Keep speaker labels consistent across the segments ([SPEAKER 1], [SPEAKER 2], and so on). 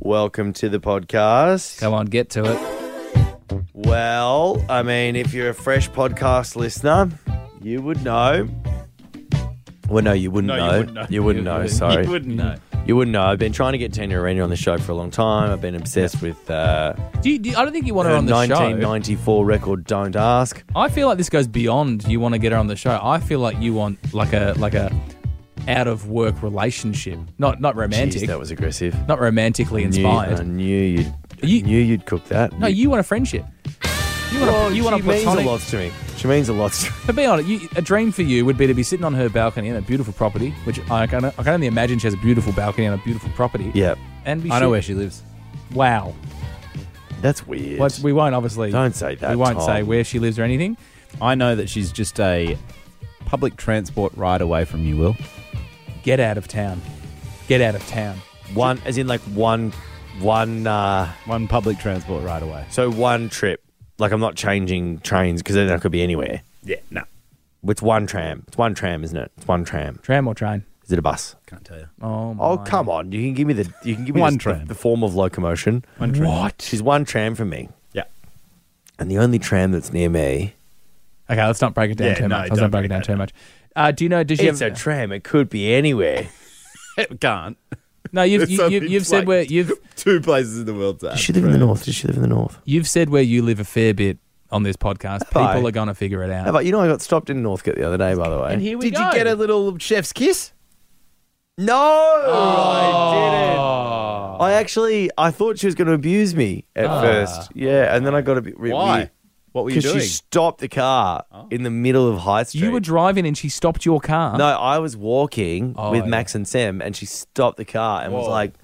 [SPEAKER 1] Welcome to the podcast.
[SPEAKER 2] Come on, get to it.
[SPEAKER 1] Well, I mean, if you're a fresh podcast listener, you would know. Well, no, you wouldn't
[SPEAKER 3] No, you
[SPEAKER 1] know.
[SPEAKER 3] wouldn't know.
[SPEAKER 1] You wouldn't
[SPEAKER 2] You
[SPEAKER 1] know,
[SPEAKER 2] wouldn't.
[SPEAKER 1] sorry.
[SPEAKER 3] You wouldn't know.
[SPEAKER 1] You wouldn't know. I've been trying to get Tanya Arena on the show for a long time. I've been obsessed with uh,
[SPEAKER 2] Do you, do you- I don't think you want her
[SPEAKER 1] her
[SPEAKER 2] on the show.
[SPEAKER 1] 1994 record, Don't Ask.
[SPEAKER 2] I feel like this goes beyond you want to get her on the show. I feel like you want like a like a out of work relationship, not not romantic,
[SPEAKER 1] Jeez, that was aggressive.
[SPEAKER 2] not romantically inspired.
[SPEAKER 1] I knew you'd, I
[SPEAKER 2] You-
[SPEAKER 1] knew you'd cook that.
[SPEAKER 2] no, you want a friendship. You want
[SPEAKER 1] Well,
[SPEAKER 2] a, you want a
[SPEAKER 1] she means
[SPEAKER 2] platonic.
[SPEAKER 1] a lot to me. She means a lot to me.
[SPEAKER 2] But be honest, you, a dream for you would be to be sitting on her balcony in a beautiful property, which I can, I can only imagine she has a beautiful balcony and a beautiful property.
[SPEAKER 1] Yeah,
[SPEAKER 2] and be
[SPEAKER 3] I know
[SPEAKER 2] shit-
[SPEAKER 3] where she lives.
[SPEAKER 2] Wow.
[SPEAKER 1] that's weird.
[SPEAKER 2] Well, we won't obviously.
[SPEAKER 1] Don't say that,
[SPEAKER 2] We won't
[SPEAKER 1] Tom.
[SPEAKER 2] say where she lives or anything.
[SPEAKER 3] I know that she's just a public transport ride away from you, Will.
[SPEAKER 2] Get out of town. Get out of town.
[SPEAKER 1] one, as in like one, one. uh
[SPEAKER 3] One public transport ride away.
[SPEAKER 1] So one trip. Like I'm not changing trains because then I could be anywhere.
[SPEAKER 3] Yeah, no.
[SPEAKER 1] It's one tram. It's one tram, isn't it? It's one tram.
[SPEAKER 2] Tram or train?
[SPEAKER 1] Is it a bus?
[SPEAKER 3] Can't tell you.
[SPEAKER 2] Oh, my.
[SPEAKER 1] Oh come on! You can give me the you can give me
[SPEAKER 3] One
[SPEAKER 1] the,
[SPEAKER 3] tram.
[SPEAKER 1] the form of locomotion.
[SPEAKER 3] One tram.
[SPEAKER 1] She's one tram from me,
[SPEAKER 3] Yeah.
[SPEAKER 1] and the only tram that's near me.
[SPEAKER 2] Okay, let's not break it down
[SPEAKER 3] Yeah,
[SPEAKER 2] too
[SPEAKER 3] no,
[SPEAKER 2] much. Let's
[SPEAKER 3] don't
[SPEAKER 2] not break it down
[SPEAKER 3] break
[SPEAKER 2] too much. Uh, do you know? Does she
[SPEAKER 1] It's a
[SPEAKER 2] have?
[SPEAKER 1] tram. It could be anywhere.
[SPEAKER 3] Can't.
[SPEAKER 2] no, you've
[SPEAKER 3] It's
[SPEAKER 2] you, you,
[SPEAKER 3] only
[SPEAKER 2] you've said
[SPEAKER 3] like-
[SPEAKER 2] where you've
[SPEAKER 3] Two places in the world.
[SPEAKER 1] Does she live in the north? Does she live in the north?
[SPEAKER 2] you've said where you live a fair bit on this podcast.
[SPEAKER 1] I?
[SPEAKER 2] People are gonna figure it
[SPEAKER 1] How
[SPEAKER 2] out.
[SPEAKER 1] about you know I got stopped in Northcote the other day, by the way.
[SPEAKER 2] And here we
[SPEAKER 3] Did
[SPEAKER 2] go.
[SPEAKER 3] you get a little chef's kiss?
[SPEAKER 1] No,
[SPEAKER 3] Oh.
[SPEAKER 1] I didn't. I actually I thought she was going to abuse me at first. Yeah, and then I got a bit re-
[SPEAKER 3] Ah. Why? What were you
[SPEAKER 1] Because
[SPEAKER 3] doing? Oh.
[SPEAKER 1] she stopped the car in the middle of High Street.
[SPEAKER 2] You were driving and she stopped your car.
[SPEAKER 1] no, I was walking
[SPEAKER 2] Oh,
[SPEAKER 1] with
[SPEAKER 2] yeah.
[SPEAKER 1] Max and Sam, and she stopped the car and was
[SPEAKER 3] Whoa. Oh.
[SPEAKER 1] like,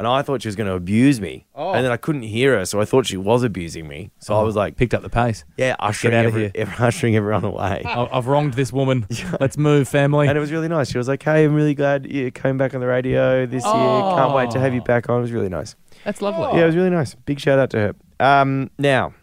[SPEAKER 1] and I thought she was going to abuse me, and then I couldn't hear her, so I thought she was abusing me. So I was like,
[SPEAKER 2] picked up the pace.
[SPEAKER 1] yeah, ushering,
[SPEAKER 2] out of
[SPEAKER 1] every,
[SPEAKER 2] here.
[SPEAKER 1] ev- ushering everyone away.
[SPEAKER 2] I- I've wronged this woman. Let's move, family.
[SPEAKER 1] And it was really nice. She was like, "Hey, I'm really glad you came back on the radio this year. Can't wait to have you back on." It was really nice.
[SPEAKER 2] That's lovely.
[SPEAKER 1] Yeah, it was really nice. Big shout out to her. Um, now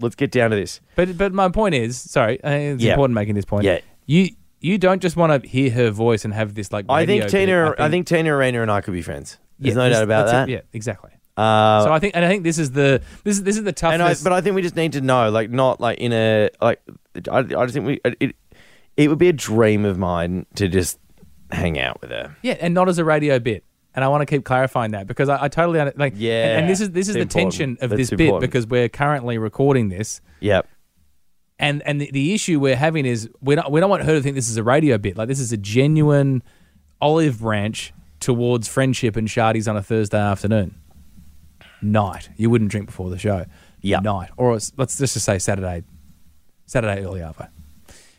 [SPEAKER 1] let's get down to this.
[SPEAKER 2] But but my point is, sorry, uh, it's
[SPEAKER 1] Yeah.
[SPEAKER 2] important making this point.
[SPEAKER 1] Yeah.
[SPEAKER 2] You you don't just want to hear her voice and have this like.
[SPEAKER 1] I think
[SPEAKER 2] radio
[SPEAKER 1] Tina,
[SPEAKER 2] bit.
[SPEAKER 1] I think, Tina Arena and I could be friends. There's
[SPEAKER 2] yeah,
[SPEAKER 1] no
[SPEAKER 2] this-
[SPEAKER 1] doubt about
[SPEAKER 2] that's
[SPEAKER 1] that.
[SPEAKER 2] it. Yeah, exactly.
[SPEAKER 1] Uh,
[SPEAKER 2] so I think and I think this is the this is this is the
[SPEAKER 1] and I,
[SPEAKER 2] toughest.
[SPEAKER 1] but I think we just need to know, like, not like in a like. I, I just think we it, it would be a dream of mine to just hang out with her.
[SPEAKER 2] yeah, and not as a radio bit. And I want to keep clarifying that because I, I totally under- like.
[SPEAKER 1] Yeah,
[SPEAKER 2] And, and this is this is
[SPEAKER 1] it's
[SPEAKER 2] the
[SPEAKER 1] important.
[SPEAKER 2] tension of
[SPEAKER 1] That's
[SPEAKER 2] this
[SPEAKER 1] important.
[SPEAKER 2] bit because we're currently recording this.
[SPEAKER 1] Yep.
[SPEAKER 2] and and the, the issue we're having is we don't we don't want her to think this is a radio bit. Like this is a genuine olive branch towards friendship and shardies on a Thursday afternoon night. You wouldn't drink before the show.
[SPEAKER 1] Yeah.
[SPEAKER 2] night or it's- let's just say Saturday, Saturday early hour.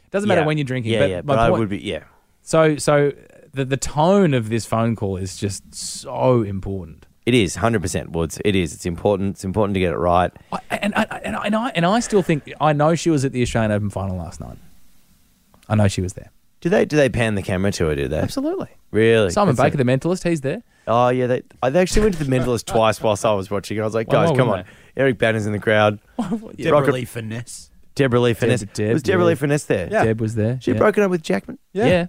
[SPEAKER 2] Doesn't
[SPEAKER 1] Yeah.
[SPEAKER 2] matter when you're drinking.
[SPEAKER 1] Yeah,
[SPEAKER 2] but
[SPEAKER 1] yeah.
[SPEAKER 2] my
[SPEAKER 1] But I
[SPEAKER 2] point-
[SPEAKER 1] would be. Yeah.
[SPEAKER 2] So so the the tone of this phone call is just so important.
[SPEAKER 1] It is 100% Woods. It is. It's important. It's important to get it right.
[SPEAKER 2] I, and, I, and I and I and I still think I know she was at the Australian Open final last night. I know she was there.
[SPEAKER 1] Do they do they pan the camera to her? Do they?
[SPEAKER 2] Absolutely.
[SPEAKER 1] Really?
[SPEAKER 2] Simon
[SPEAKER 1] That's
[SPEAKER 2] Baker, the mentalist, he's there.
[SPEAKER 1] a- oh yeah, they I- they actually went to the Mentalist twice whilst I was watching. I was like,
[SPEAKER 2] Why
[SPEAKER 1] guys,
[SPEAKER 2] not,
[SPEAKER 1] come on.
[SPEAKER 2] wouldn't
[SPEAKER 1] Eric Banner's in the crowd.
[SPEAKER 2] Yeah.
[SPEAKER 1] Rocket-
[SPEAKER 3] Finesse.
[SPEAKER 1] Deborah Lee Finesse.
[SPEAKER 2] Deb,
[SPEAKER 1] was Deborah
[SPEAKER 2] yeah.
[SPEAKER 1] Lee Finesse there?
[SPEAKER 2] Deb was there.
[SPEAKER 1] She
[SPEAKER 2] yeah.
[SPEAKER 1] broke it up with Jackman,
[SPEAKER 2] Yeah.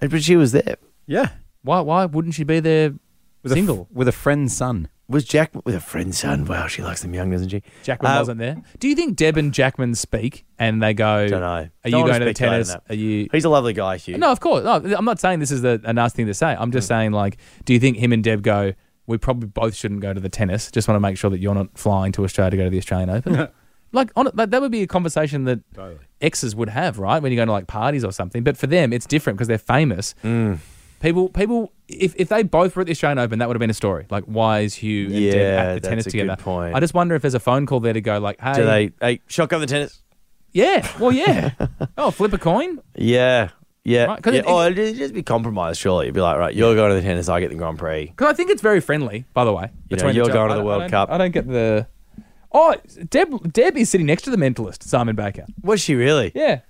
[SPEAKER 1] And- but she was there.
[SPEAKER 3] Yeah.
[SPEAKER 2] Why? Why wouldn't she be there?
[SPEAKER 3] With A
[SPEAKER 2] single.
[SPEAKER 3] f- with a friend's son.
[SPEAKER 1] Was Jackman with a friend's son? Wow, she likes them young, doesn't she?
[SPEAKER 2] Jackman
[SPEAKER 1] Uh,
[SPEAKER 2] wasn't there. Do you think Deb and Jackman speak and they go?
[SPEAKER 1] Don't know.
[SPEAKER 2] Are
[SPEAKER 1] Don't
[SPEAKER 2] you
[SPEAKER 1] wanna
[SPEAKER 2] going to the
[SPEAKER 1] speculate on
[SPEAKER 2] tennis?
[SPEAKER 1] that.
[SPEAKER 2] Are you?
[SPEAKER 1] He's a lovely guy, Hugh.
[SPEAKER 2] No, of course. No, I'm not saying this is a, a nice thing to say. I'm just
[SPEAKER 1] Hmm.
[SPEAKER 2] saying, like, do you think him and Deb go? We probably both shouldn't go to the tennis. Just want to make sure that you're not flying to Australia to go to the Australian Open. like, on, like, that would be a conversation that exes would have, right? When you're going to like parties or something. But for them, it's different because they're famous.
[SPEAKER 1] Mm.
[SPEAKER 2] People, people, if, if they both were at the Australian Open, that would have been a story. Like, why is Hugh and
[SPEAKER 1] Yeah,
[SPEAKER 2] Deb at the
[SPEAKER 1] that's
[SPEAKER 2] tennis
[SPEAKER 1] a good
[SPEAKER 2] together?
[SPEAKER 1] point.
[SPEAKER 2] I just wonder if there's a phone call there to go, like, hey,
[SPEAKER 1] Do they? Hey, shotgun the tennis.
[SPEAKER 2] yeah, well, yeah. oh, flip a coin.
[SPEAKER 1] Yeah. Yeah.
[SPEAKER 2] Right, 'cause
[SPEAKER 1] yeah.
[SPEAKER 2] it-
[SPEAKER 1] oh, it'd just be compromised, surely. It'd be like, right, you're going to the tennis, I get the Grand Prix.
[SPEAKER 2] Because I think it's very friendly, by the way.
[SPEAKER 1] You know,
[SPEAKER 2] between
[SPEAKER 1] you're
[SPEAKER 2] two-
[SPEAKER 1] going to
[SPEAKER 2] I
[SPEAKER 1] the
[SPEAKER 2] don't-
[SPEAKER 1] World
[SPEAKER 2] I don't-
[SPEAKER 1] Cup.
[SPEAKER 2] I don't get the. Oh, Deb. Deb is sitting next to the mentalist, Simon Baker.
[SPEAKER 1] Was she really?
[SPEAKER 2] Yeah,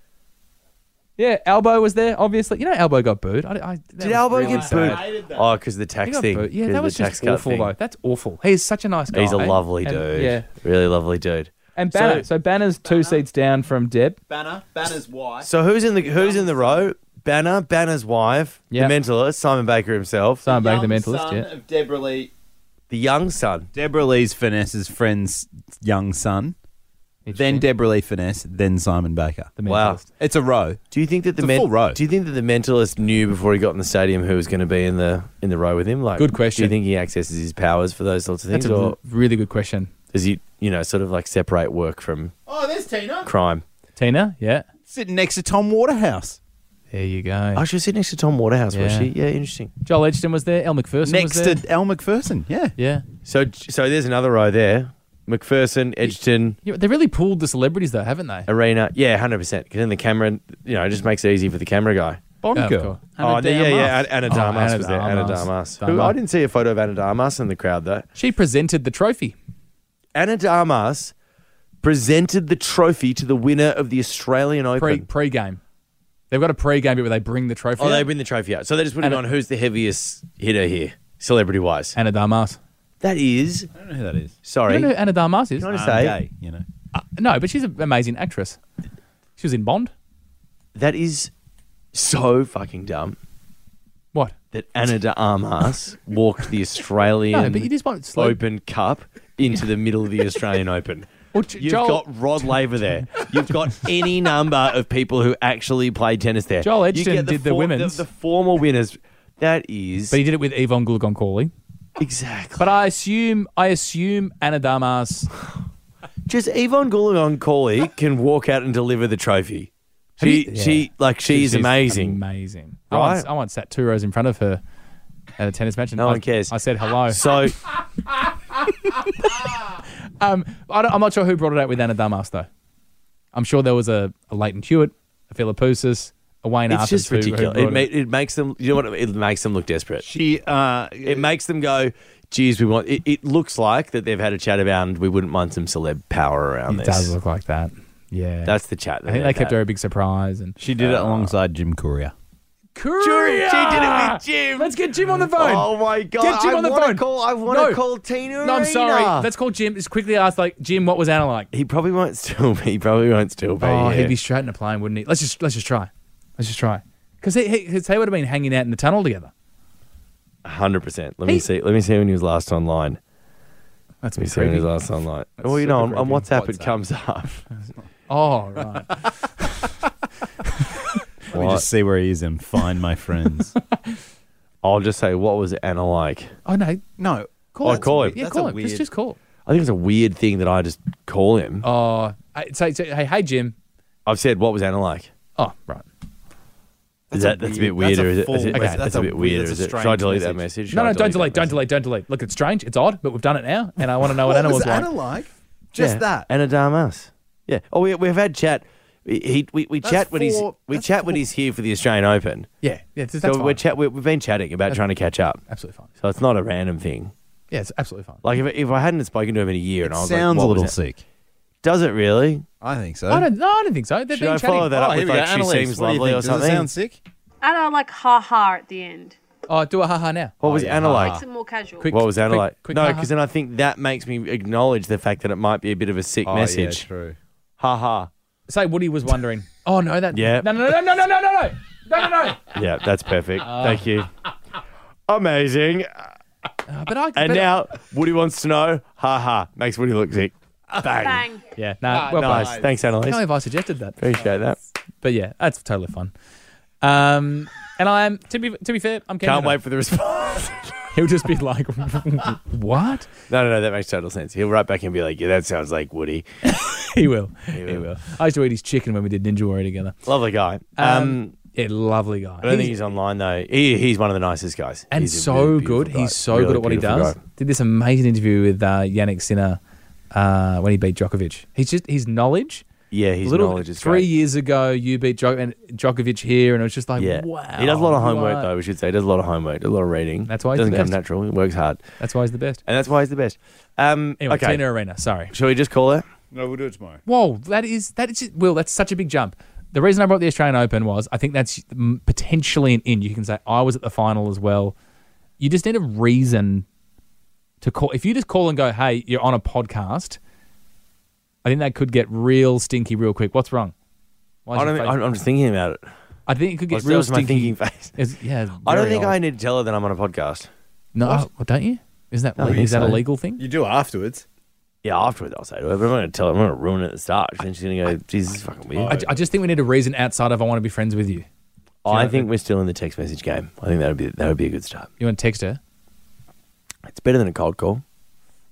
[SPEAKER 2] yeah. Albo was there, obviously. You know, Albo got booed. I, I, that
[SPEAKER 1] Did
[SPEAKER 2] was
[SPEAKER 1] Albo
[SPEAKER 2] really
[SPEAKER 1] get
[SPEAKER 2] sad.
[SPEAKER 1] booed? Oh, because the
[SPEAKER 2] He
[SPEAKER 1] tax
[SPEAKER 2] got
[SPEAKER 1] thing.
[SPEAKER 2] booed. Yeah,
[SPEAKER 1] 'cause
[SPEAKER 2] that
[SPEAKER 1] the
[SPEAKER 2] was
[SPEAKER 1] tax
[SPEAKER 2] just
[SPEAKER 1] cut
[SPEAKER 2] awful,
[SPEAKER 1] thing.
[SPEAKER 2] though. That's awful. He is such a nice guy.
[SPEAKER 1] He's a
[SPEAKER 2] eh?
[SPEAKER 1] lovely
[SPEAKER 2] And-
[SPEAKER 1] dude.
[SPEAKER 2] Yeah,
[SPEAKER 1] Really lovely dude.
[SPEAKER 2] and
[SPEAKER 1] So-
[SPEAKER 2] Banner. So, Banner's two seats down from Deb.
[SPEAKER 3] Banner. Banner's wife.
[SPEAKER 1] So who's in the who's in the row? Banner, Banner's wife,
[SPEAKER 2] Yep.
[SPEAKER 1] the mentalist, Simon Baker himself.
[SPEAKER 2] Simon Baker, the mentalist. Yeah,
[SPEAKER 3] of Deborah Lee
[SPEAKER 1] The young son.
[SPEAKER 3] Deborah Lee's finesse's friend's young son, then
[SPEAKER 2] Interesting.
[SPEAKER 3] Deborah Lee finesse, then Simon Baker.
[SPEAKER 2] The
[SPEAKER 1] Wow.
[SPEAKER 2] mentalist.
[SPEAKER 3] It's a row.
[SPEAKER 1] Do you think that the
[SPEAKER 3] It's a full row.
[SPEAKER 1] do you think that the mentalist knew before he got in the stadium who was going to be in the in the row with him? Like,
[SPEAKER 2] Good
[SPEAKER 1] Do you
[SPEAKER 2] question.
[SPEAKER 1] think he accesses his powers for those sorts of things,
[SPEAKER 2] That's a
[SPEAKER 1] or
[SPEAKER 2] r- really good question.
[SPEAKER 1] does he, you know, sort of like separate work from
[SPEAKER 3] Oh, there's Tina
[SPEAKER 1] crime?
[SPEAKER 2] Tina, yeah.
[SPEAKER 3] sitting next to Tom Waterhouse.
[SPEAKER 2] There you go.
[SPEAKER 1] Oh, she was sitting next to Tom Waterhouse, was
[SPEAKER 2] Yeah.
[SPEAKER 1] she? Yeah, interesting.
[SPEAKER 2] Joel Edgerton was there. El McPherson
[SPEAKER 3] next
[SPEAKER 2] was there.
[SPEAKER 3] to Al McPherson. Yeah.
[SPEAKER 2] yeah.
[SPEAKER 1] So, so there's another row there: McPherson, Edgerton,
[SPEAKER 2] yeah. They really pulled the celebrities though, haven't they?
[SPEAKER 1] Arena. Yeah, hundred percent. Because then the camera, you know, it just makes it easy for the camera guy.
[SPEAKER 3] Bond
[SPEAKER 2] Yeah, of
[SPEAKER 3] girl.
[SPEAKER 2] course.
[SPEAKER 1] oh,
[SPEAKER 3] Anna
[SPEAKER 1] yeah,
[SPEAKER 3] de
[SPEAKER 1] yeah.
[SPEAKER 3] Armas.
[SPEAKER 1] An- Anna
[SPEAKER 2] Oh,
[SPEAKER 1] Darmas
[SPEAKER 2] Anna
[SPEAKER 1] was there. Anna
[SPEAKER 2] Darmas.
[SPEAKER 1] Darmas. Who, I
[SPEAKER 2] Darmas.
[SPEAKER 1] didn't see a photo of Anna Darmas in the crowd though.
[SPEAKER 2] She presented the trophy.
[SPEAKER 1] Anna Darmas presented the trophy to the winner of the Australian
[SPEAKER 2] pre
[SPEAKER 1] Open.
[SPEAKER 2] pre game. They've got a pre game bit where they bring the trophy.
[SPEAKER 1] oh,
[SPEAKER 2] out.
[SPEAKER 1] they win the trophy out. So they just put it
[SPEAKER 2] Anna-
[SPEAKER 1] on who's the heaviest hitter here, celebrity wise.
[SPEAKER 2] Anna Darmas.
[SPEAKER 1] That is
[SPEAKER 3] I don't know who that is.
[SPEAKER 1] sorry.
[SPEAKER 2] You know who Anna Darmas is?
[SPEAKER 1] Can I
[SPEAKER 3] I'm
[SPEAKER 1] just say
[SPEAKER 3] gay, you know.
[SPEAKER 2] Uh, no, but she's an amazing actress. She was in Bond.
[SPEAKER 1] that is so fucking dumb
[SPEAKER 2] What?
[SPEAKER 1] that Anna de Armas walked the Australian
[SPEAKER 2] No, but you just won't slow.
[SPEAKER 1] Open Cup into the middle of the Australian Open.
[SPEAKER 2] Well, Jo-
[SPEAKER 1] You've
[SPEAKER 2] Joel-
[SPEAKER 1] got Rod Laver there. You've got any number of people who actually played tennis there.
[SPEAKER 2] Joel
[SPEAKER 1] You
[SPEAKER 2] Edgerton
[SPEAKER 1] get
[SPEAKER 2] did the women's.
[SPEAKER 1] The, the former winners. That is
[SPEAKER 2] But he did it with Yvonne Gulgoncawley.
[SPEAKER 1] exactly.
[SPEAKER 2] But I assume, I assume Anna Darmas.
[SPEAKER 1] Just Yvonne Goolagong Corley can walk out and deliver the trophy.
[SPEAKER 2] Have
[SPEAKER 1] She,
[SPEAKER 2] you-
[SPEAKER 1] she, like, she is
[SPEAKER 2] she's
[SPEAKER 1] amazing.
[SPEAKER 2] Amazing. I, once,
[SPEAKER 1] Right?
[SPEAKER 2] I once sat two rows in front of her at a tennis match. And
[SPEAKER 1] No
[SPEAKER 2] I,
[SPEAKER 1] one cares.
[SPEAKER 2] I said hello.
[SPEAKER 1] So,
[SPEAKER 2] Um, I don't, I'm not sure who brought it out with Anna Darmas though. I'm sure there was a, a Leighton Hewitt, a Philippousis, a Wayne
[SPEAKER 1] it's
[SPEAKER 2] Arthurs.
[SPEAKER 1] just
[SPEAKER 2] who- who
[SPEAKER 1] ridiculous. It,
[SPEAKER 2] brought
[SPEAKER 1] ma- it makes them, you know what? It makes them look desperate.
[SPEAKER 3] She uh
[SPEAKER 1] It makes them go, geez, we want. It, it looks like that they've had a chat about, and we wouldn't mind some celeb power around
[SPEAKER 2] It
[SPEAKER 1] this.
[SPEAKER 2] does look like that. Yeah.
[SPEAKER 1] That's the chat.
[SPEAKER 2] I think they kept her a big surprise and
[SPEAKER 3] she did it alongside Jim Courier.
[SPEAKER 1] Jury, she did it with Jim.
[SPEAKER 2] Let's get Jim on the phone.
[SPEAKER 1] Oh my god!
[SPEAKER 2] Get Jim
[SPEAKER 1] I
[SPEAKER 2] on the
[SPEAKER 1] wanna
[SPEAKER 2] phone.
[SPEAKER 1] Call, I want to
[SPEAKER 2] No.
[SPEAKER 1] call Tina.
[SPEAKER 2] no, I'm sorry.
[SPEAKER 1] Arena.
[SPEAKER 2] Let's call Jim. Just quickly ask, like, Jim, what was Anna like?
[SPEAKER 1] he probably won't still be. He probably won't still be.
[SPEAKER 2] Oh,
[SPEAKER 1] here.
[SPEAKER 2] he'd be straight in a plane, wouldn't he? Let's just let's just try. Let's just try. Because he, he, 'cause they would have been hanging out in the tunnel together.
[SPEAKER 1] hundred percent. Let me
[SPEAKER 2] He-
[SPEAKER 1] see. Let me see when he was last online.
[SPEAKER 2] That's
[SPEAKER 1] Let me
[SPEAKER 2] me
[SPEAKER 1] see when he was
[SPEAKER 2] creepy.
[SPEAKER 1] last online. well, you
[SPEAKER 2] super
[SPEAKER 1] know, on, on
[SPEAKER 2] creepy.
[SPEAKER 1] WhatsApp, it
[SPEAKER 3] WhatsApp.
[SPEAKER 1] comes up.
[SPEAKER 2] Oh right.
[SPEAKER 3] Let me
[SPEAKER 1] What?
[SPEAKER 3] just see where he is and find my friends.
[SPEAKER 1] I'll just say, what was Anna like?
[SPEAKER 2] oh no.
[SPEAKER 3] no.
[SPEAKER 2] Call
[SPEAKER 1] Oh,
[SPEAKER 2] him.
[SPEAKER 1] call him.
[SPEAKER 2] Yeah,
[SPEAKER 3] That's
[SPEAKER 2] call
[SPEAKER 3] a
[SPEAKER 2] him.
[SPEAKER 3] weird-
[SPEAKER 2] Just just call.
[SPEAKER 1] I think it's a weird thing that I just call him.
[SPEAKER 2] Oh, I- say, say, hey, hey, Jim.
[SPEAKER 1] I've said, what was Anna like?
[SPEAKER 2] Oh right.
[SPEAKER 1] Is that, that's a bit weirder, is it? That's, it-
[SPEAKER 2] Okay.
[SPEAKER 1] that's,
[SPEAKER 3] that's
[SPEAKER 1] a bit weirder,
[SPEAKER 3] that's
[SPEAKER 1] is
[SPEAKER 3] a
[SPEAKER 1] it? Should I
[SPEAKER 3] strange
[SPEAKER 1] delete that
[SPEAKER 3] message.
[SPEAKER 1] message?
[SPEAKER 2] No,
[SPEAKER 1] Should I
[SPEAKER 2] no, don't delete,
[SPEAKER 1] delete, that
[SPEAKER 2] don't delete, don't delete. Look, it's strange, it's odd, but we've done it now, and I want to know what, Anna was like.
[SPEAKER 3] like?
[SPEAKER 1] Yeah, Anna Darmas. Yeah. Oh, we, we've had chat. We, he, we, we
[SPEAKER 3] That's
[SPEAKER 1] chat when he's
[SPEAKER 3] four-
[SPEAKER 1] we
[SPEAKER 3] that's
[SPEAKER 1] chat when
[SPEAKER 3] four-
[SPEAKER 1] he's here for the Australian Open.
[SPEAKER 2] Yeah, yeah, that's
[SPEAKER 1] so
[SPEAKER 2] fine.
[SPEAKER 1] we're chat. We, we've been chatting about trying to catch up.
[SPEAKER 2] absolutely fine.
[SPEAKER 1] So it's not a random thing.
[SPEAKER 2] Yeah, it's absolutely fine.
[SPEAKER 1] Like if, if I hadn't spoken to him in a year, and I was like,
[SPEAKER 3] Sounds
[SPEAKER 1] what
[SPEAKER 3] a
[SPEAKER 1] was
[SPEAKER 3] little
[SPEAKER 1] it?
[SPEAKER 3] sick.
[SPEAKER 1] Does it really?
[SPEAKER 3] I think so. Oh,
[SPEAKER 2] I don't, no, I don't think so. They've
[SPEAKER 1] Should
[SPEAKER 2] been
[SPEAKER 1] I
[SPEAKER 2] chatting.
[SPEAKER 1] follow that up with like she seems lovely or something?
[SPEAKER 3] sick?
[SPEAKER 4] I don't like ha ha at the end.
[SPEAKER 2] Oh, do a haha now.
[SPEAKER 1] What was
[SPEAKER 3] Oh, yeah. Ah.
[SPEAKER 1] Anna like?
[SPEAKER 4] It's more casual.
[SPEAKER 2] Quick-
[SPEAKER 1] What was Anna
[SPEAKER 2] quick-
[SPEAKER 1] like?
[SPEAKER 2] quick
[SPEAKER 1] no,
[SPEAKER 2] haha.
[SPEAKER 1] because then I think that makes me acknowledge the fact that it might be a bit of a sick message.
[SPEAKER 3] Oh, true.
[SPEAKER 1] Ha ha.
[SPEAKER 2] Say Woody was wondering. Oh no, that.
[SPEAKER 1] Yeah.
[SPEAKER 2] No, no, no, no, no, no, no, no, no, no, no.
[SPEAKER 1] Yeah, that's perfect. Thank you. Amazing.
[SPEAKER 2] Uh, but I.
[SPEAKER 1] And
[SPEAKER 2] but,
[SPEAKER 1] now Woody wants to know. Ha ha. Makes Woody look sick. Bang.
[SPEAKER 4] Bang.
[SPEAKER 2] Yeah. No. well,
[SPEAKER 1] Nice.
[SPEAKER 2] played.
[SPEAKER 1] Thanks,
[SPEAKER 2] I don't know
[SPEAKER 1] Annalise.
[SPEAKER 2] if I suggested that,
[SPEAKER 1] Appreciate that.
[SPEAKER 2] but yeah, that's totally fun. Um, and I am to be to be fair, I'm keen
[SPEAKER 1] Can't
[SPEAKER 2] on it.
[SPEAKER 1] wait for the response.
[SPEAKER 2] He'll just be like, what?
[SPEAKER 1] no, no, no. That makes total sense. He'll write back and be like, "Yeah, that sounds like Woody.
[SPEAKER 2] He will. He
[SPEAKER 1] will.
[SPEAKER 2] will. I used to eat his chicken when we did Ninja Warrior together.
[SPEAKER 1] Lovely guy." Um,
[SPEAKER 2] Um, yeah, lovely guy.
[SPEAKER 1] I don't think he's online though. He, he's one of the nicest guys.
[SPEAKER 2] and
[SPEAKER 1] He's a
[SPEAKER 2] so
[SPEAKER 1] really beautiful
[SPEAKER 2] good.
[SPEAKER 1] guy.
[SPEAKER 2] He's so
[SPEAKER 1] Really
[SPEAKER 2] good at what he
[SPEAKER 1] beautiful
[SPEAKER 2] does.
[SPEAKER 1] guy.
[SPEAKER 2] Did this amazing interview with uh, Yannick Sinner uh, when he beat Djokovic. He's just his knowledge.
[SPEAKER 1] Yeah, his
[SPEAKER 2] little
[SPEAKER 1] knowledge is
[SPEAKER 2] three
[SPEAKER 1] great.
[SPEAKER 2] years ago, you beat Djok- and Djokovic here, and it was just like,
[SPEAKER 1] Yeah.
[SPEAKER 2] wow.
[SPEAKER 1] He does a lot of homework,
[SPEAKER 2] what?
[SPEAKER 1] though, we should say. He does a lot of homework, a lot of reading.
[SPEAKER 2] That's why he's
[SPEAKER 1] doesn't
[SPEAKER 2] the
[SPEAKER 1] come
[SPEAKER 2] best.
[SPEAKER 1] natural. He works hard.
[SPEAKER 2] That's why he's the best.
[SPEAKER 1] And that's why he's the best. Um,
[SPEAKER 2] Anyway,
[SPEAKER 1] okay.
[SPEAKER 2] Tina Arena. Sorry.
[SPEAKER 1] Shall we just call her?
[SPEAKER 3] No, we'll do it tomorrow.
[SPEAKER 2] Whoa, that is that is Will. That's such a big jump. The reason I brought the Australian Open was I think that's mm, potentially an in. You can say I was at the final as well. You just need a reason to call. If you just call and go, "Hey, you're on a podcast," I think that could get real stinky real quick. What's wrong? Why is
[SPEAKER 1] I
[SPEAKER 2] your
[SPEAKER 1] don't,
[SPEAKER 2] face-
[SPEAKER 1] I'm, I'm just thinking about it.
[SPEAKER 2] I think it could
[SPEAKER 1] That
[SPEAKER 2] get
[SPEAKER 1] was, that
[SPEAKER 2] real
[SPEAKER 1] was my
[SPEAKER 2] stinky.
[SPEAKER 1] thinking face.
[SPEAKER 2] It's- yeah, it's
[SPEAKER 1] I don't
[SPEAKER 2] very
[SPEAKER 1] think
[SPEAKER 2] odd.
[SPEAKER 1] I need to tell her that I'm on a podcast.
[SPEAKER 2] No, well, don't you? Is that
[SPEAKER 1] I think
[SPEAKER 2] is that a
[SPEAKER 1] so.
[SPEAKER 2] legal thing?
[SPEAKER 5] You do afterwards.
[SPEAKER 1] Yeah, afterwards I'll say to her, but I'm going to tell her, I'm going to ruin it at the start. And then she's going to go, Jesus, this is fucking weird.
[SPEAKER 2] I, I just think we need a reason outside of I want to be friends with you.
[SPEAKER 1] I, think we're still in the text message game. I think that would be that would be a good start.
[SPEAKER 2] You want to text her?
[SPEAKER 1] It's better than a cold call.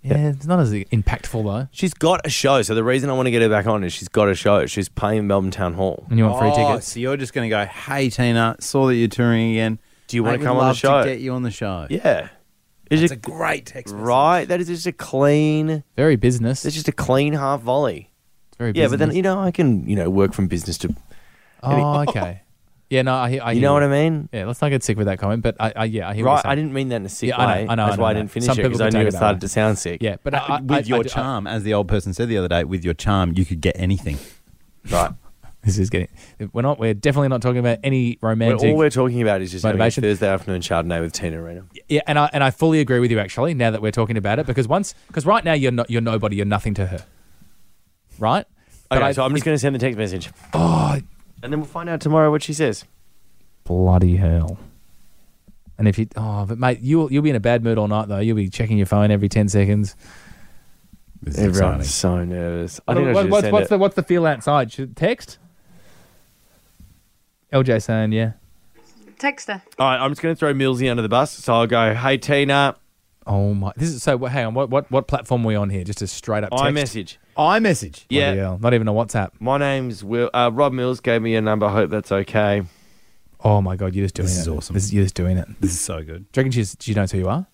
[SPEAKER 2] Yeah, it's not as impactful though.
[SPEAKER 1] She's got a show, so the reason I want to get her back on is she's got a show. She's playing Melbourne Town Hall.
[SPEAKER 2] And you want free
[SPEAKER 5] oh,
[SPEAKER 2] tickets?
[SPEAKER 3] So you're just going to go, hey, Tina, saw that you're touring again.
[SPEAKER 1] Do you wanna
[SPEAKER 3] Mate, would
[SPEAKER 1] come on the
[SPEAKER 3] love
[SPEAKER 1] show?"
[SPEAKER 3] To get you on the show.
[SPEAKER 1] Yeah, is
[SPEAKER 5] It's a
[SPEAKER 1] it
[SPEAKER 5] great text. message.
[SPEAKER 1] right? That is just a clean.
[SPEAKER 2] Very business.
[SPEAKER 1] That's just a clean half volley.
[SPEAKER 2] Very
[SPEAKER 1] Yeah, but then
[SPEAKER 2] business.
[SPEAKER 1] you know I can you know work from business to
[SPEAKER 2] oh, okay. Yeah, no, I, hear- I
[SPEAKER 1] you
[SPEAKER 2] hear
[SPEAKER 1] know what I mean.
[SPEAKER 2] Yeah, let's not get sick with that comment. But I, I yeah, I hear what you're
[SPEAKER 1] Right,
[SPEAKER 2] saying.
[SPEAKER 1] I didn't mean that in a sick
[SPEAKER 2] Yeah, I know,
[SPEAKER 1] way.
[SPEAKER 2] I know, I
[SPEAKER 1] That's
[SPEAKER 2] know,
[SPEAKER 1] why
[SPEAKER 2] I
[SPEAKER 1] I
[SPEAKER 2] know.
[SPEAKER 1] didn't finish
[SPEAKER 2] Some
[SPEAKER 1] it
[SPEAKER 2] people
[SPEAKER 1] because I
[SPEAKER 2] could
[SPEAKER 1] knew
[SPEAKER 2] take
[SPEAKER 1] it
[SPEAKER 2] it that way.
[SPEAKER 1] started to sound sick.
[SPEAKER 2] Yeah, but I, I,
[SPEAKER 3] with
[SPEAKER 2] I-
[SPEAKER 3] your
[SPEAKER 2] I do- I-
[SPEAKER 3] charm, as the old person said the other day, with your charm, you could get anything.
[SPEAKER 1] right.
[SPEAKER 2] this is getting. We're not. We're definitely not talking about any
[SPEAKER 1] Well,
[SPEAKER 2] romantic.
[SPEAKER 1] all we're talking about is just having a
[SPEAKER 2] Motivation.
[SPEAKER 1] Thursday afternoon Chardonnay with Tina Arena.
[SPEAKER 2] yeah, and I and I fully agree with you actually. Now that we're talking about it, because once, because right now you're not, you're nobody, you're nothing to her, right?
[SPEAKER 1] Okay,
[SPEAKER 2] I-
[SPEAKER 1] so I'm just going to send the text message. Oh, and then we'll find out tomorrow what she says.
[SPEAKER 2] bloody hell. And if you, oh, but mate, you'll you'll be in a bad mood all night though. You'll be checking your phone every ten seconds.
[SPEAKER 3] This is
[SPEAKER 1] Everyone's
[SPEAKER 3] exciting.
[SPEAKER 1] so nervous. I think I
[SPEAKER 2] What-
[SPEAKER 1] should
[SPEAKER 2] what's,
[SPEAKER 1] send
[SPEAKER 2] what's
[SPEAKER 1] it.
[SPEAKER 2] the what's the feel outside? Should text? LJ saying yeah.
[SPEAKER 4] Text her.
[SPEAKER 1] All right, I'm just going to throw Millsy under the bus. So I'll go, hey, Tina,
[SPEAKER 2] Oh my! This is so. Hang on. What what what platform are we on here? Just a straight up text.
[SPEAKER 1] iMessage.
[SPEAKER 5] iMessage.
[SPEAKER 1] Yeah,
[SPEAKER 2] Bloody hell, Not even a WhatsApp.
[SPEAKER 1] my name's Will. Uh, Rob Mills gave me your number. Hope that's okay.
[SPEAKER 2] Oh my god! You're just doing
[SPEAKER 3] This
[SPEAKER 2] it.
[SPEAKER 3] is awesome.
[SPEAKER 2] you're just doing it. Do
[SPEAKER 3] This is so good.
[SPEAKER 2] you reckon she's, she knows who you are?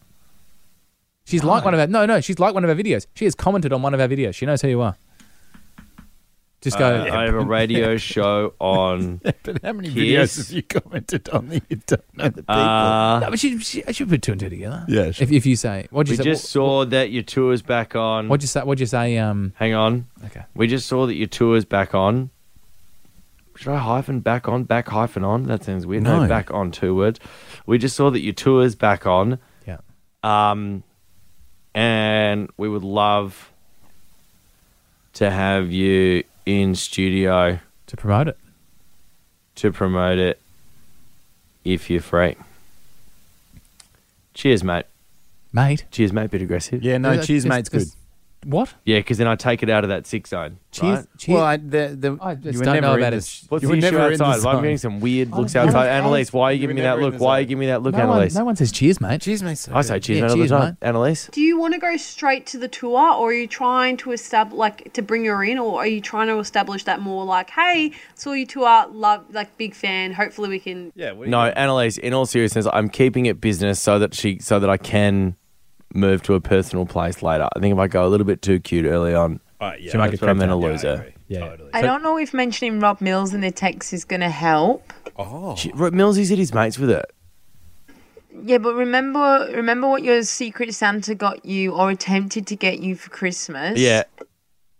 [SPEAKER 2] She's like one of our. No, no. She's like one of our videos. She has commented on one of our videos. She knows who you are. Just go.
[SPEAKER 1] Uh, I have a radio show on.
[SPEAKER 3] But how many
[SPEAKER 1] Yes.
[SPEAKER 3] videos have you commented on that you don't know the people?
[SPEAKER 1] Uh,
[SPEAKER 2] no, but she, she, she put two and two together.
[SPEAKER 3] Yeah, sure.
[SPEAKER 2] If, if you say, what'd you
[SPEAKER 1] we
[SPEAKER 2] say?
[SPEAKER 1] just saw that your tour's back on.
[SPEAKER 2] what'd you say? What'd you say? Um.
[SPEAKER 1] Hang on.
[SPEAKER 2] Okay.
[SPEAKER 1] We just saw that your tour's back on. Should I hyphen back on, back hyphen on? That sounds weird. No,
[SPEAKER 3] No.
[SPEAKER 1] back on two words. We just saw that your tour's back on.
[SPEAKER 2] Yeah.
[SPEAKER 1] Um, and we would love to have you in studio
[SPEAKER 2] To promote it.
[SPEAKER 1] to promote it if you're free. Cheers, mate.
[SPEAKER 2] Mate.
[SPEAKER 1] Cheers, mate. Bit aggressive.
[SPEAKER 3] yeah, no,
[SPEAKER 2] It's-
[SPEAKER 3] cheers,
[SPEAKER 2] it's-
[SPEAKER 3] mate's good.
[SPEAKER 2] it's- What?
[SPEAKER 1] Yeah, because then I take it out of that six zone.
[SPEAKER 2] Cheers.
[SPEAKER 1] right?
[SPEAKER 2] Cheers.
[SPEAKER 3] Well, I, the, the,
[SPEAKER 2] I just
[SPEAKER 3] you were
[SPEAKER 2] don't
[SPEAKER 3] never
[SPEAKER 2] know
[SPEAKER 3] in
[SPEAKER 2] about
[SPEAKER 3] the-
[SPEAKER 2] it.
[SPEAKER 1] What's the
[SPEAKER 3] you were
[SPEAKER 1] issue
[SPEAKER 3] never in the
[SPEAKER 1] outside? Why am I
[SPEAKER 3] zone.
[SPEAKER 1] getting some weird looks
[SPEAKER 2] don't know.
[SPEAKER 1] outside?
[SPEAKER 2] I was-
[SPEAKER 1] Annalise, why are you
[SPEAKER 3] you
[SPEAKER 1] giving
[SPEAKER 3] were
[SPEAKER 1] me that
[SPEAKER 3] never in
[SPEAKER 1] look?
[SPEAKER 3] the
[SPEAKER 1] Why are you
[SPEAKER 3] zone.
[SPEAKER 1] giving me that look,
[SPEAKER 2] no, one,
[SPEAKER 1] Annalise?
[SPEAKER 2] no one says cheers, mate.
[SPEAKER 3] Cheers, mate. so
[SPEAKER 1] I say
[SPEAKER 3] good.
[SPEAKER 1] cheers
[SPEAKER 2] Yeah,
[SPEAKER 1] mate all the
[SPEAKER 2] cheers,
[SPEAKER 1] time. Annalise?
[SPEAKER 4] Do you want to go straight to the tour, or are you trying to establish, like, to bring her in, or are you trying to establish that more, like, hey, saw you tour, love, like, big fan. Hopefully, we can.
[SPEAKER 5] Yeah. What do you
[SPEAKER 1] No,
[SPEAKER 5] think?
[SPEAKER 1] Annalise, in all seriousness, I'm keeping it business so that she so that I can move to a personal place later. I think if I go a little bit too cute early on,
[SPEAKER 5] Alright, yeah,
[SPEAKER 1] she might
[SPEAKER 5] that's
[SPEAKER 1] get
[SPEAKER 5] what I'm
[SPEAKER 1] cramped
[SPEAKER 5] gonna
[SPEAKER 1] out.
[SPEAKER 5] lose
[SPEAKER 1] Yeah, I
[SPEAKER 5] her.
[SPEAKER 1] agree.
[SPEAKER 2] Yeah.
[SPEAKER 5] Totally.
[SPEAKER 6] I don't know if mentioning Rob Mills in the text is going to help.
[SPEAKER 5] Oh.
[SPEAKER 1] she, Ro- Millsy's at his mates with it.
[SPEAKER 6] Yeah, but remember, remember what your secret Santa got you or attempted to get you for Christmas.
[SPEAKER 1] Yeah.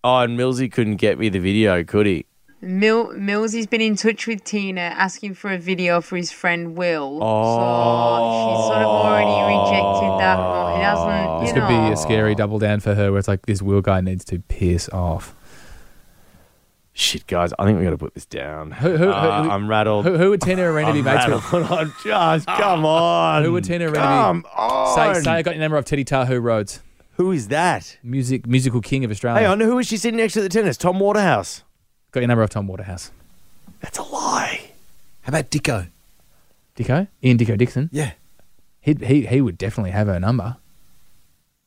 [SPEAKER 1] Oh, and Millsy couldn't get me the video, could he?
[SPEAKER 6] Mil- Mills has been in touch with Tina asking for a video for his friend Will. So she's sort of already rejected that one. It hasn't.
[SPEAKER 2] This
[SPEAKER 6] you
[SPEAKER 2] could
[SPEAKER 6] know.
[SPEAKER 2] be a scary double down for her where it's like this wheel guy needs to piss off.
[SPEAKER 1] Shit, guys, I think we got to put this down.
[SPEAKER 2] Who- who-
[SPEAKER 1] Uh,
[SPEAKER 2] who-
[SPEAKER 1] I'm rattled.
[SPEAKER 2] Who, who would Tina Arena be
[SPEAKER 1] I'm
[SPEAKER 2] mates
[SPEAKER 1] rattled.
[SPEAKER 2] with?
[SPEAKER 1] I'm just, come on.
[SPEAKER 2] Who would Tina Arena
[SPEAKER 1] Come
[SPEAKER 2] be?
[SPEAKER 1] on.
[SPEAKER 2] Say, say I got your number off Teddy Tahu Rhodes,
[SPEAKER 1] Who is that?
[SPEAKER 2] music musical king of Australia.
[SPEAKER 1] Hey, I know who is she sitting next to at the tennis? Tom Waterhouse.
[SPEAKER 2] Got your number off Tom Waterhouse.
[SPEAKER 1] That's a lie.
[SPEAKER 3] How about Dicko?
[SPEAKER 2] Dicko? Ian Dicko Dixon?
[SPEAKER 3] Yeah.
[SPEAKER 2] He, he, he would definitely have her number.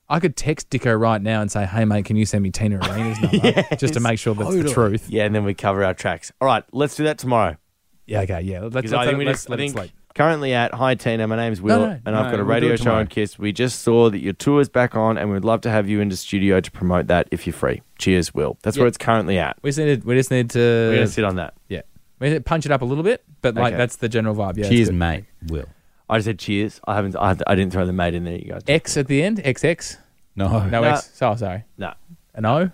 [SPEAKER 2] I could text Dicko right now and say, hey, mate, can you send me Tina Arena's number? just to make sure that's the
[SPEAKER 3] totally.
[SPEAKER 2] truth.
[SPEAKER 1] Yeah, and then we cover our tracks. All right, let's do that tomorrow.
[SPEAKER 2] Yeah, okay, yeah. Let's, let's,
[SPEAKER 1] Because I think
[SPEAKER 2] let,
[SPEAKER 1] we
[SPEAKER 2] let's
[SPEAKER 1] just
[SPEAKER 2] let
[SPEAKER 1] I
[SPEAKER 2] it
[SPEAKER 1] think
[SPEAKER 2] slide.
[SPEAKER 1] currently at Hi Tina, my name's Will,
[SPEAKER 2] No, no,
[SPEAKER 1] and I've
[SPEAKER 3] no,
[SPEAKER 1] got a
[SPEAKER 3] we'll
[SPEAKER 1] radio
[SPEAKER 3] do it
[SPEAKER 1] show
[SPEAKER 3] tomorrow.
[SPEAKER 1] on Kiss. We just saw that your tour is back on, and we'd love to have you into studio to promote that if you're free. Cheers, Will. That's where
[SPEAKER 2] Yeah.
[SPEAKER 1] it's currently at.
[SPEAKER 2] We just need, we just need to.
[SPEAKER 1] We're gonna sit on that.
[SPEAKER 2] yeah. We need to punch it up a little bit, but like
[SPEAKER 1] Okay.
[SPEAKER 2] that's the general vibe. Yeah, it's
[SPEAKER 3] cheers,
[SPEAKER 2] good.
[SPEAKER 3] mate. Will.
[SPEAKER 1] I just said cheers. I haven't. I, I didn't throw the mate in there. You guys.
[SPEAKER 2] X at the end, XX.
[SPEAKER 3] No.
[SPEAKER 2] No,
[SPEAKER 1] No.
[SPEAKER 2] X. So sorry.
[SPEAKER 1] no,
[SPEAKER 2] An O.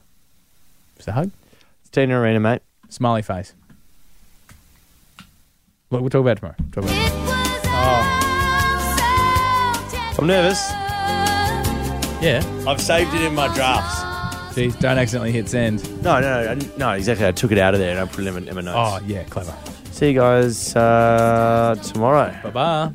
[SPEAKER 2] Just a hug.
[SPEAKER 1] it's Tina Arena, mate.
[SPEAKER 2] Smiley face. Look, we'll talk about it tomorrow. Talk about it.
[SPEAKER 1] I'm nervous.
[SPEAKER 2] Yeah.
[SPEAKER 1] I've saved it in my drafts.
[SPEAKER 2] Jeez, don't accidentally hit send.
[SPEAKER 1] No, no, no, I didn't- no. Exactly. I took it out of Oh, there and I put it in my, in my notes.
[SPEAKER 2] Oh, yeah, clever.
[SPEAKER 1] See you guys uh, tomorrow.
[SPEAKER 2] Bye bye.